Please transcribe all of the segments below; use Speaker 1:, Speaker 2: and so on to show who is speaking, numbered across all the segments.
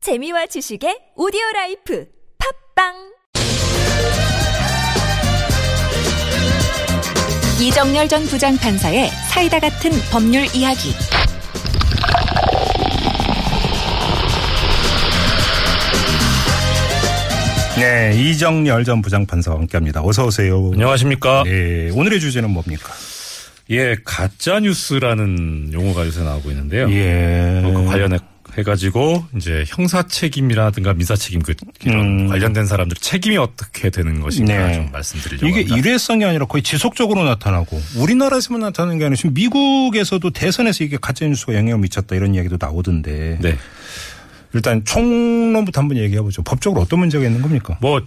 Speaker 1: 재미와 지식의 오디오 라이프 팝빵
Speaker 2: 이정열 전 부장판사의 사이다 같은 법률 이야기.
Speaker 3: 네, 이정열 전 부장판사와 함께합니다. 어서 오세요.
Speaker 4: 안녕하십니까.
Speaker 3: 네, 오늘의 주제는 뭡니까?
Speaker 4: 예, 가짜 뉴스라는 용어가 요새 나오고 있는데요.
Speaker 3: 예,
Speaker 4: 어, 그 관련해 해가지고 이제 형사 책임이라든가 민사 책임 그 이런
Speaker 3: 음.
Speaker 4: 관련된 사람들 책임이 어떻게 되는 것인가
Speaker 3: 네.
Speaker 4: 좀 말씀드리려고
Speaker 3: 이게
Speaker 4: 합니다.
Speaker 3: 일회성이 아니라 거의 지속적으로 나타나고 우리나라에서만 나타나는 게 아니라 지금 미국에서도 대선에서 이게 가짜 뉴스가 영향을 미쳤다 이런 이야기도 나오던데
Speaker 4: 네,
Speaker 3: 일단 총론부터 한번 얘기해 보죠. 법적으로 어떤 문제가 있는 겁니까?
Speaker 4: 뭐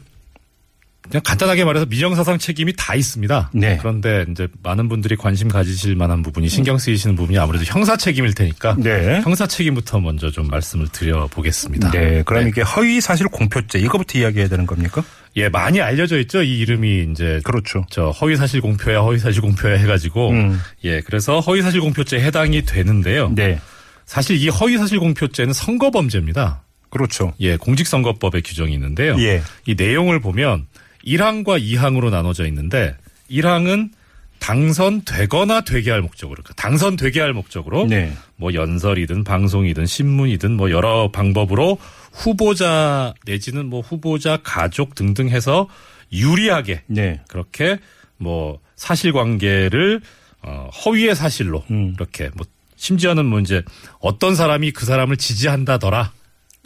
Speaker 4: 그냥 간단하게 말해서 민형사상 책임이 다 있습니다.
Speaker 3: 네.
Speaker 4: 그런데 이제 많은 분들이 관심 가지실 만한 부분이 신경 쓰이시는 부분이 아무래도 형사 책임일 테니까
Speaker 3: 네.
Speaker 4: 형사 책임부터 먼저 좀 말씀을 드려보겠습니다.
Speaker 3: 네, 그럼 이게 허위 사실 공표죄 이거부터 이야기해야 되는 겁니까?
Speaker 4: 예, 많이 알려져 있죠. 이 이름이 이제
Speaker 3: 그렇죠.
Speaker 4: 저 허위사실 공표야 허위사실 공표야 해가지고
Speaker 3: 음.
Speaker 4: 예 그래서 허위사실 공표죄에 해당이 되는데요.
Speaker 3: 네,
Speaker 4: 사실 이 허위사실 공표죄는 선거범죄입니다.
Speaker 3: 그렇죠.
Speaker 4: 예 공직선거법의 규정이 있는데요.
Speaker 3: 예.
Speaker 4: 이 내용을 보면 1항과 2항으로 나눠져 있는데 1항은 당선되거나 되게 할 목적으로 그러니까 당선되게 할 목적으로
Speaker 3: 네.
Speaker 4: 뭐 연설이든 방송이든 신문이든 뭐 여러 방법으로 후보자 내지는 뭐 후보자 가족 등등 해서 유리하게
Speaker 3: 네,
Speaker 4: 그렇게 뭐 사실관계를 어, 허위의 사실로
Speaker 3: 음.
Speaker 4: 이렇게 뭐 심지어는 뭐 이제 어떤 사람이 그 사람을 지지한다더라.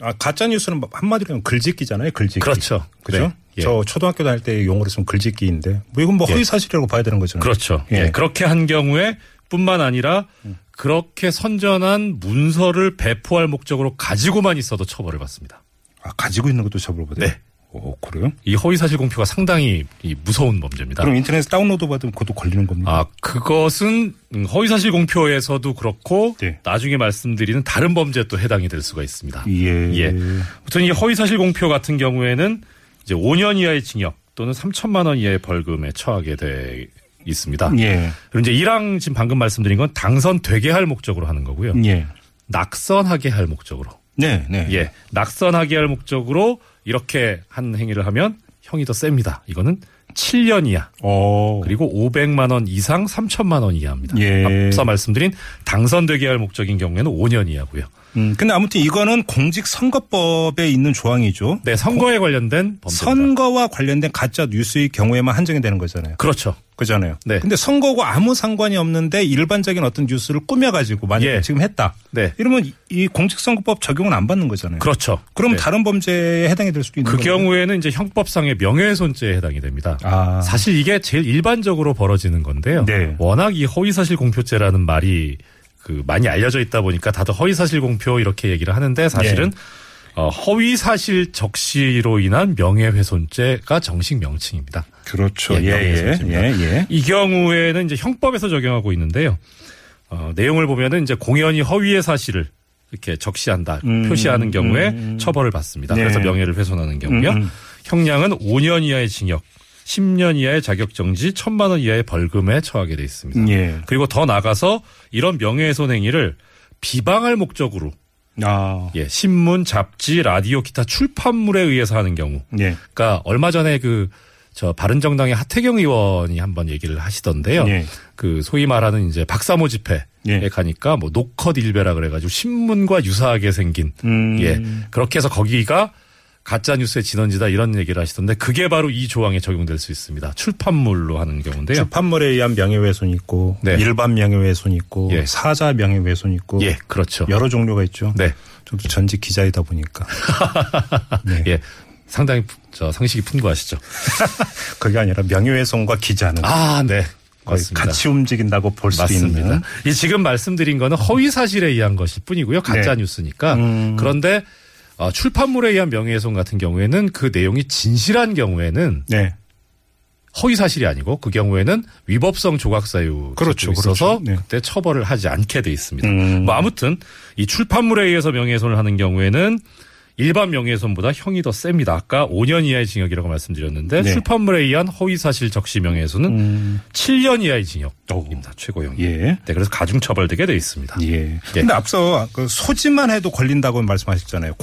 Speaker 3: 아, 가짜 뉴스는 한마디로 하면 글짓기잖아요. 글짓기.
Speaker 4: 그렇죠.
Speaker 3: 그죠?
Speaker 4: 네. 예.
Speaker 3: 저 초등학교 다닐 때 용어로 쓰면 글짓기인데 뭐 이건 뭐 허위
Speaker 4: 예.
Speaker 3: 사실이라고 봐야 되는 거잖아요.
Speaker 4: 그렇죠.
Speaker 3: 예.
Speaker 4: 예, 음. 그렇게 한 경우에 뿐만 아니라 그렇게 선전한 문서를 배포할 목적으로 가지고만 있어도 처벌을 받습니다.
Speaker 3: 아, 가지고 있는 것도 처벌받아요.
Speaker 4: 네.
Speaker 3: 오, 그래요?
Speaker 4: 이 허위사실 공표가 상당히 이 무서운 범죄입니다.
Speaker 3: 그럼 인터넷에 다운로드 받으면 그것도 걸리는 겁니까?
Speaker 4: 아, 그것은 음, 허위사실 공표에서도 그렇고
Speaker 3: 네.
Speaker 4: 나중에 말씀드리는 다른 범죄에 또 해당이 될 수가 있습니다.
Speaker 3: 예.
Speaker 4: 예. 보통 이 허위사실 공표 같은 경우에는 이제 5년 이하의 징역 또는 3천만 원 이하의 벌금에 처하게 돼 있습니다.
Speaker 3: 예.
Speaker 4: 그리고 이제 1항 지금 방금 말씀드린 건 당선되게 할 목적으로 하는 거고요.
Speaker 3: 예.
Speaker 4: 낙선하게 할 목적으로.
Speaker 3: 네, 네.
Speaker 4: 예. 낙선하게 할 목적으로 이렇게 한 행위를 하면 형이 더 셉니다. 이거는 7년 이하.
Speaker 3: 어.
Speaker 4: 그리고 500만 원 이상 3천만 원 이하입니다.
Speaker 3: 예.
Speaker 4: 앞서 말씀드린 당선되게 할 목적인 경우에는 5년 이하고요.
Speaker 3: 음, 근데 아무튼 이거는 공직 선거법에 있는 조항이죠.
Speaker 4: 네, 선거에 관련된 범죄입니다.
Speaker 3: 선거와 관련된 가짜 뉴스의 경우에만 한정이 되는 거잖아요.
Speaker 4: 그렇죠.
Speaker 3: 그잖아요.
Speaker 4: 네.
Speaker 3: 근데 선거고 아무 상관이 없는데 일반적인 어떤 뉴스를 꾸며가지고 만약에
Speaker 4: 예.
Speaker 3: 지금 했다.
Speaker 4: 네.
Speaker 3: 이러면 이- 이 공직선거법 적용은 안 받는 거잖아요.
Speaker 4: 그렇죠.
Speaker 3: 그럼
Speaker 4: 네.
Speaker 3: 다른 범죄에 해당이 될 수도 있는
Speaker 4: 그
Speaker 3: 거예요.
Speaker 4: 경우에는 이제 형법상의 명예훼손죄에 해당이 됩니다.
Speaker 3: 아.
Speaker 4: 사실 이게 제일 일반적으로 벌어지는 건데요.
Speaker 3: 네.
Speaker 4: 워낙 이 허위사실 공표죄라는 말이 그 많이 알려져 있다 보니까 다들 허위사실 공표 이렇게 얘기를 하는데 사실은
Speaker 3: 네.
Speaker 4: 어, 허위사실 적시로 인한 명예훼손죄가 정식 명칭입니다.
Speaker 3: 그렇죠.
Speaker 4: 예,
Speaker 3: 예, 예,
Speaker 4: 명예훼손죄입니다.
Speaker 3: 예,
Speaker 4: 이 경우에는 이제 형법에서 적용하고 있는데요. 어, 내용을 보면은 이제 공연이 허위의 사실을 이렇게 적시한다,
Speaker 3: 음,
Speaker 4: 표시하는 경우에
Speaker 3: 음, 음.
Speaker 4: 처벌을 받습니다.
Speaker 3: 네.
Speaker 4: 그래서 명예를 훼손하는 경우요.
Speaker 3: 음, 음.
Speaker 4: 형량은 5년 이하의 징역, 10년 이하의 자격정지, 1천만 원 이하의 벌금에 처하게 돼 있습니다.
Speaker 3: 예. 예.
Speaker 4: 그리고 더 나가서 이런 명예훼손 행위를 비방할 목적으로
Speaker 3: 아,
Speaker 4: 예, 신문, 잡지, 라디오, 기타 출판물에 의해서 하는 경우
Speaker 3: 예.
Speaker 4: 그러니까 얼마 전에 그 저 바른정당의 하태경 의원이 한번 얘기를 하시던데요.
Speaker 3: 예.
Speaker 4: 그 소위 말하는 이제 박사모 집회에
Speaker 3: 예.
Speaker 4: 가니까 뭐 노컷 일베라 그래가지고 신문과 유사하게 생긴
Speaker 3: 음.
Speaker 4: 예 그렇게 해서 거기가 가짜 뉴스의 진원지다 이런 얘기를 하시던데 그게 바로 이 조항에 적용될 수 있습니다. 출판물로 하는
Speaker 3: 네.
Speaker 4: 경우인데요.
Speaker 3: 출판물에 의한 명예훼손이 있고
Speaker 4: 네.
Speaker 3: 일반 명예훼손이 있고
Speaker 4: 예.
Speaker 3: 사자 명예훼손이 있고
Speaker 4: 예, 그렇죠.
Speaker 3: 여러 종류가 있죠.
Speaker 4: 네,
Speaker 3: 저도 전직 기자이다 보니까 네.
Speaker 4: 예, 상당히 부- 저 상식이 풍부하시죠.
Speaker 3: 그게 아니라 명예훼손과 기자는
Speaker 4: 아, 네,
Speaker 3: 거의
Speaker 4: 맞습니다.
Speaker 3: 같이 움직인다고 볼 수 있는
Speaker 4: 맞습니다. 이 지금 말씀드린 거는 허위 사실에 의한 것일 뿐이고요. 가짜
Speaker 3: 네.
Speaker 4: 뉴스니까.
Speaker 3: 음.
Speaker 4: 그런데 어, 출판물에 의한 명예훼손 같은 경우에는 그 내용이 진실한 경우에는
Speaker 3: 네.
Speaker 4: 허위 사실이 아니고 그 경우에는 위법성 조각 사유
Speaker 3: 그렇죠,
Speaker 4: 있어서
Speaker 3: 그렇죠. 네.
Speaker 4: 그때 처벌을 하지 않게 돼 있습니다.
Speaker 3: 음.
Speaker 4: 뭐 아무튼 이 출판물에 의해서 명예훼손을 하는 경우에는 일반 명예훼손보다 형이 더 셉니다. 아까 5년 이하의 징역이라고 말씀드렸는데
Speaker 3: 네. 음.
Speaker 4: 출판물에 의한 허위사실 적시 명예훼손은 7년 이하의 징역입니다. 최고형이.
Speaker 3: 예.
Speaker 4: 네, 그래서 가중처벌되게 돼 있습니다.
Speaker 3: 예. 근데 앞서 그 소지만 해도 걸린다고 말씀하셨잖아요.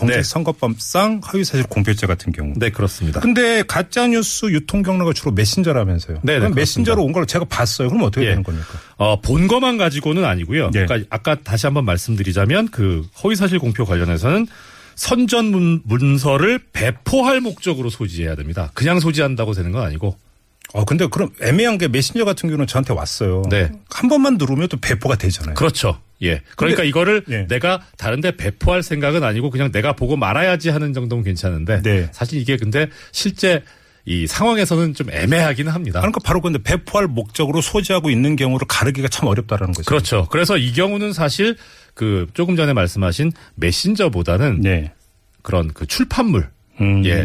Speaker 3: 공직선거법상 허위사실 공표죄 같은 경우.
Speaker 4: 네, 그렇습니다.
Speaker 3: 근데 가짜 뉴스 유통 경로가 주로 메신저라면서요.
Speaker 4: 네, 네,
Speaker 3: 그럼 메신저로
Speaker 4: 그렇습니다.
Speaker 3: 온 걸 제가 봤어요. 그럼 어떻게
Speaker 4: 예.
Speaker 3: 되는 겁니까?
Speaker 4: 어, 본 것만 가지고는 아니고요.
Speaker 3: 네.
Speaker 4: 그러니까 아까 다시 한번 말씀드리자면 그 허위사실 공표 관련해서는 선전 문, 문서를 배포할 목적으로 소지해야 됩니다. 그냥 소지한다고 되는 건 아니고.
Speaker 3: 어 근데 그럼 애매한 게 메신저 같은 경우는 저한테 왔어요.
Speaker 4: 네.
Speaker 3: 한 번만 누르면 또 배포가 되잖아요.
Speaker 4: 그렇죠. 예. 그러니까 이거를
Speaker 3: 예.
Speaker 4: 내가 다른데 배포할 생각은 아니고 그냥 내가 보고 말아야지 하는 정도면 괜찮은데
Speaker 3: 네.
Speaker 4: 사실 이게 근데 실제 이 상황에서는 좀 애매하기는 합니다.
Speaker 3: 그러니까 바로 근데 배포할 목적으로 소지하고 있는 경우를 가르기가 참 어렵다라는 거죠.
Speaker 4: 그렇죠. 그래서 이 경우는 사실 그 조금 전에 말씀하신 메신저보다는
Speaker 3: 네.
Speaker 4: 그런 그 출판물
Speaker 3: 음.
Speaker 4: 예.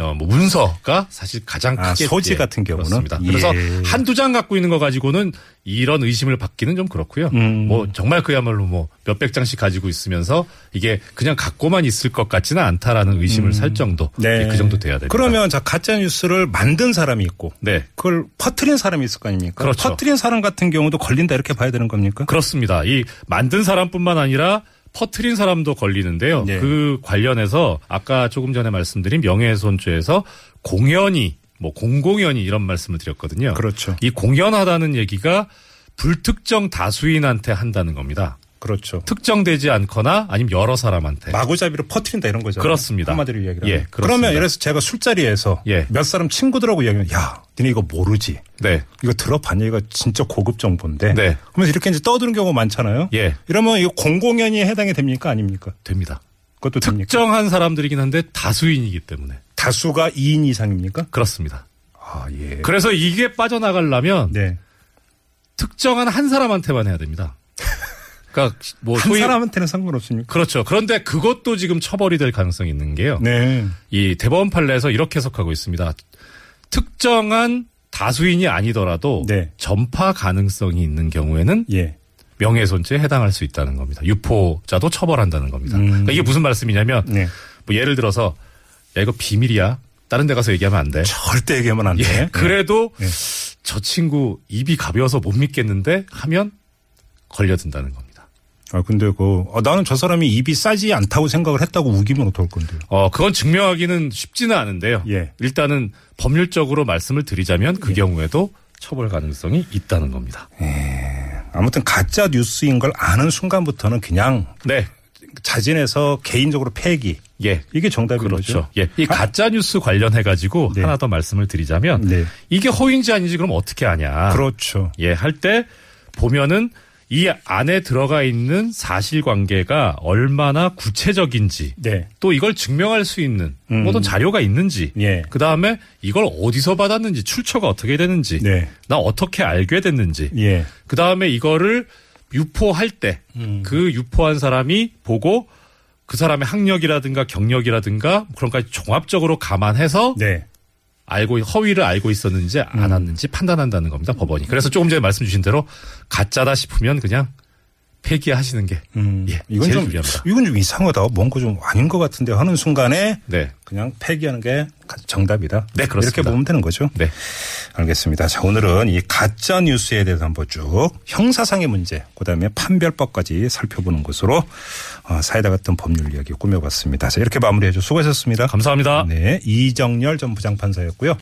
Speaker 4: 어, 뭐 문서가 사실 가장
Speaker 3: 아,
Speaker 4: 크게
Speaker 3: 소지
Speaker 4: 예,
Speaker 3: 같은 경우는?
Speaker 4: 그렇습니다.
Speaker 3: 예.
Speaker 4: 그래서 한두 장 갖고 있는 거 가지고는 이런 의심을 받기는 좀 그렇고요.
Speaker 3: 음.
Speaker 4: 뭐 정말 그야말로 뭐 몇백 장씩 가지고 있으면서 이게 그냥 갖고만 있을 것 같지는 않다라는 의심을 살 정도. 예, 그 정도 돼야 됩니다.
Speaker 3: 음. 네. 그러면 자 가짜 뉴스를 만든 사람이 있고
Speaker 4: 네.
Speaker 3: 그걸 퍼뜨린 사람이 있을 거 아닙니까?
Speaker 4: 그렇죠.
Speaker 3: 퍼뜨린 사람 같은 경우도 걸린다 이렇게 봐야 되는 겁니까?
Speaker 4: 그렇습니다. 이 만든 사람뿐만 아니라 퍼트린 사람도 걸리는데요.
Speaker 3: 네.
Speaker 4: 그 관련해서 아까 조금 전에 말씀드린 명예훼손죄에서 공연이 뭐 공공연이 이런 말씀을 드렸거든요.
Speaker 3: 그렇죠.
Speaker 4: 이 공연하다는 얘기가 불특정 다수인한테 한다는 겁니다.
Speaker 3: 그렇죠.
Speaker 4: 특정되지 않거나 아니면 여러 사람한테.
Speaker 3: 마구잡이로 퍼트린다 이런 거죠.
Speaker 4: 네. 그렇습니다.
Speaker 3: 한마디로 이야기를.
Speaker 4: 예,
Speaker 3: 하면.
Speaker 4: 그렇습니다.
Speaker 3: 그러면 예를 들어서 제가 술자리에서
Speaker 4: 예.
Speaker 3: 몇 사람 친구들하고 이야기하면 야, 니네 이거 모르지.
Speaker 4: 네.
Speaker 3: 이거 들어봤냐? 이거 진짜 고급 정보인데.
Speaker 4: 네.
Speaker 3: 그러면서 이렇게 이제 떠드는 경우가 많잖아요.
Speaker 4: 예.
Speaker 3: 이러면 이거 공공연히 해당이 됩니까? 아닙니까?
Speaker 4: 됩니다.
Speaker 3: 그것도 됩니까?
Speaker 4: 특정한 사람들이긴 한데 다수인이기 때문에.
Speaker 3: 다수가 2인 이상입니까?
Speaker 4: 그렇습니다.
Speaker 3: 아, 예.
Speaker 4: 그래서 이게 빠져나가려면
Speaker 3: 네.
Speaker 4: 특정한 한 사람한테만 해야 됩니다. 그러니까 뭐
Speaker 3: 한
Speaker 4: 소위
Speaker 3: 사람한테는 상관없습니까?
Speaker 4: 그렇죠. 그런데 그것도 지금 처벌이 될 가능성이 있는 게요.
Speaker 3: 네.
Speaker 4: 이 대법원 판례에서 이렇게 해석하고 있습니다. 특정한 다수인이 아니더라도
Speaker 3: 네.
Speaker 4: 전파 가능성이 있는 경우에는
Speaker 3: 예.
Speaker 4: 명예훼손죄에 해당할 수 있다는 겁니다. 유포자도 처벌한다는 겁니다.
Speaker 3: 음.
Speaker 4: 그러니까 이게 무슨 말씀이냐면
Speaker 3: 네.
Speaker 4: 뭐 예를 들어서 야 이거 비밀이야. 다른 데 가서 얘기하면 안 돼.
Speaker 3: 절대 얘기하면 안 돼.
Speaker 4: 예, 그래도
Speaker 3: 네.
Speaker 4: 저 친구 입이 가벼워서 못 믿겠는데 하면 걸려든다는 겁니다.
Speaker 3: 아, 근데 그, 어, 나는 저 사람이 입이 싸지 않다고 생각을 했다고 우기면 어떨 건데요?
Speaker 4: 어, 그건 증명하기는 쉽지는 않은데요.
Speaker 3: 예.
Speaker 4: 일단은 법률적으로 말씀을 드리자면 그 경우에도 처벌 가능성이 있다는 겁니다.
Speaker 3: 아무튼 가짜 뉴스인 걸 아는 순간부터는 그냥
Speaker 4: 네.
Speaker 3: 자진해서 개인적으로 폐기.
Speaker 4: 예.
Speaker 3: 이게 정답인
Speaker 4: 그렇죠.
Speaker 3: 거죠. 아.
Speaker 4: 예. 이 가짜 뉴스 관련해 가지고
Speaker 3: 네.
Speaker 4: 하나 더 말씀을 드리자면
Speaker 3: 네.
Speaker 4: 이게 허위인지 아닌지 그럼 어떻게 아냐?
Speaker 3: 그렇죠.
Speaker 4: 예, 할 때 보면은 이 안에 들어가 있는 사실관계가 얼마나 구체적인지
Speaker 3: 네.
Speaker 4: 또 이걸 증명할 수 있는
Speaker 3: 음.
Speaker 4: 어떤 자료가 있는지
Speaker 3: 예.
Speaker 4: 그 다음에 이걸 어디서 받았는지 출처가 어떻게 되는지
Speaker 3: 네.
Speaker 4: 나 어떻게 알게 됐는지
Speaker 3: 예.
Speaker 4: 그 다음에 이거를 유포할 때 그
Speaker 3: 음.
Speaker 4: 유포한 사람이 보고 그 사람의 학력이라든가 경력이라든가 뭐 그런 까지 종합적으로 감안해서
Speaker 3: 네.
Speaker 4: 알고 허위를 알고 있었는지 안 왔는지
Speaker 3: 음.
Speaker 4: 판단한다는 겁니다 법원이 그래서 조금 전에 말씀 주신 대로 가짜다 싶으면 그냥 폐기하시는 게
Speaker 3: 음.
Speaker 4: 예,
Speaker 3: 이건
Speaker 4: 제일
Speaker 3: 좀,
Speaker 4: 중요합니다.
Speaker 3: 이건 좀 이상하다. 뭔가 좀 아닌 것 같은데 하는 순간에
Speaker 4: 네.
Speaker 3: 그냥 폐기하는 게 가- 정답이다.
Speaker 4: 네, 그렇습니다.
Speaker 3: 이렇게 보면 되는 거죠.
Speaker 4: 네.
Speaker 3: 알겠습니다. 자, 오늘은 이 가짜 뉴스에 대해서 한번 쭉 형사상의 문제, 그다음에 판별법까지 살펴보는 것으로 어, 사이다 같은 법률
Speaker 4: 아.
Speaker 3: 이야기 꾸며봤습니다. 자, 이렇게 마무리해 줘. 수고하셨습니다.
Speaker 4: 감사합니다.
Speaker 3: 네, 이정열 전 부장판사였고요.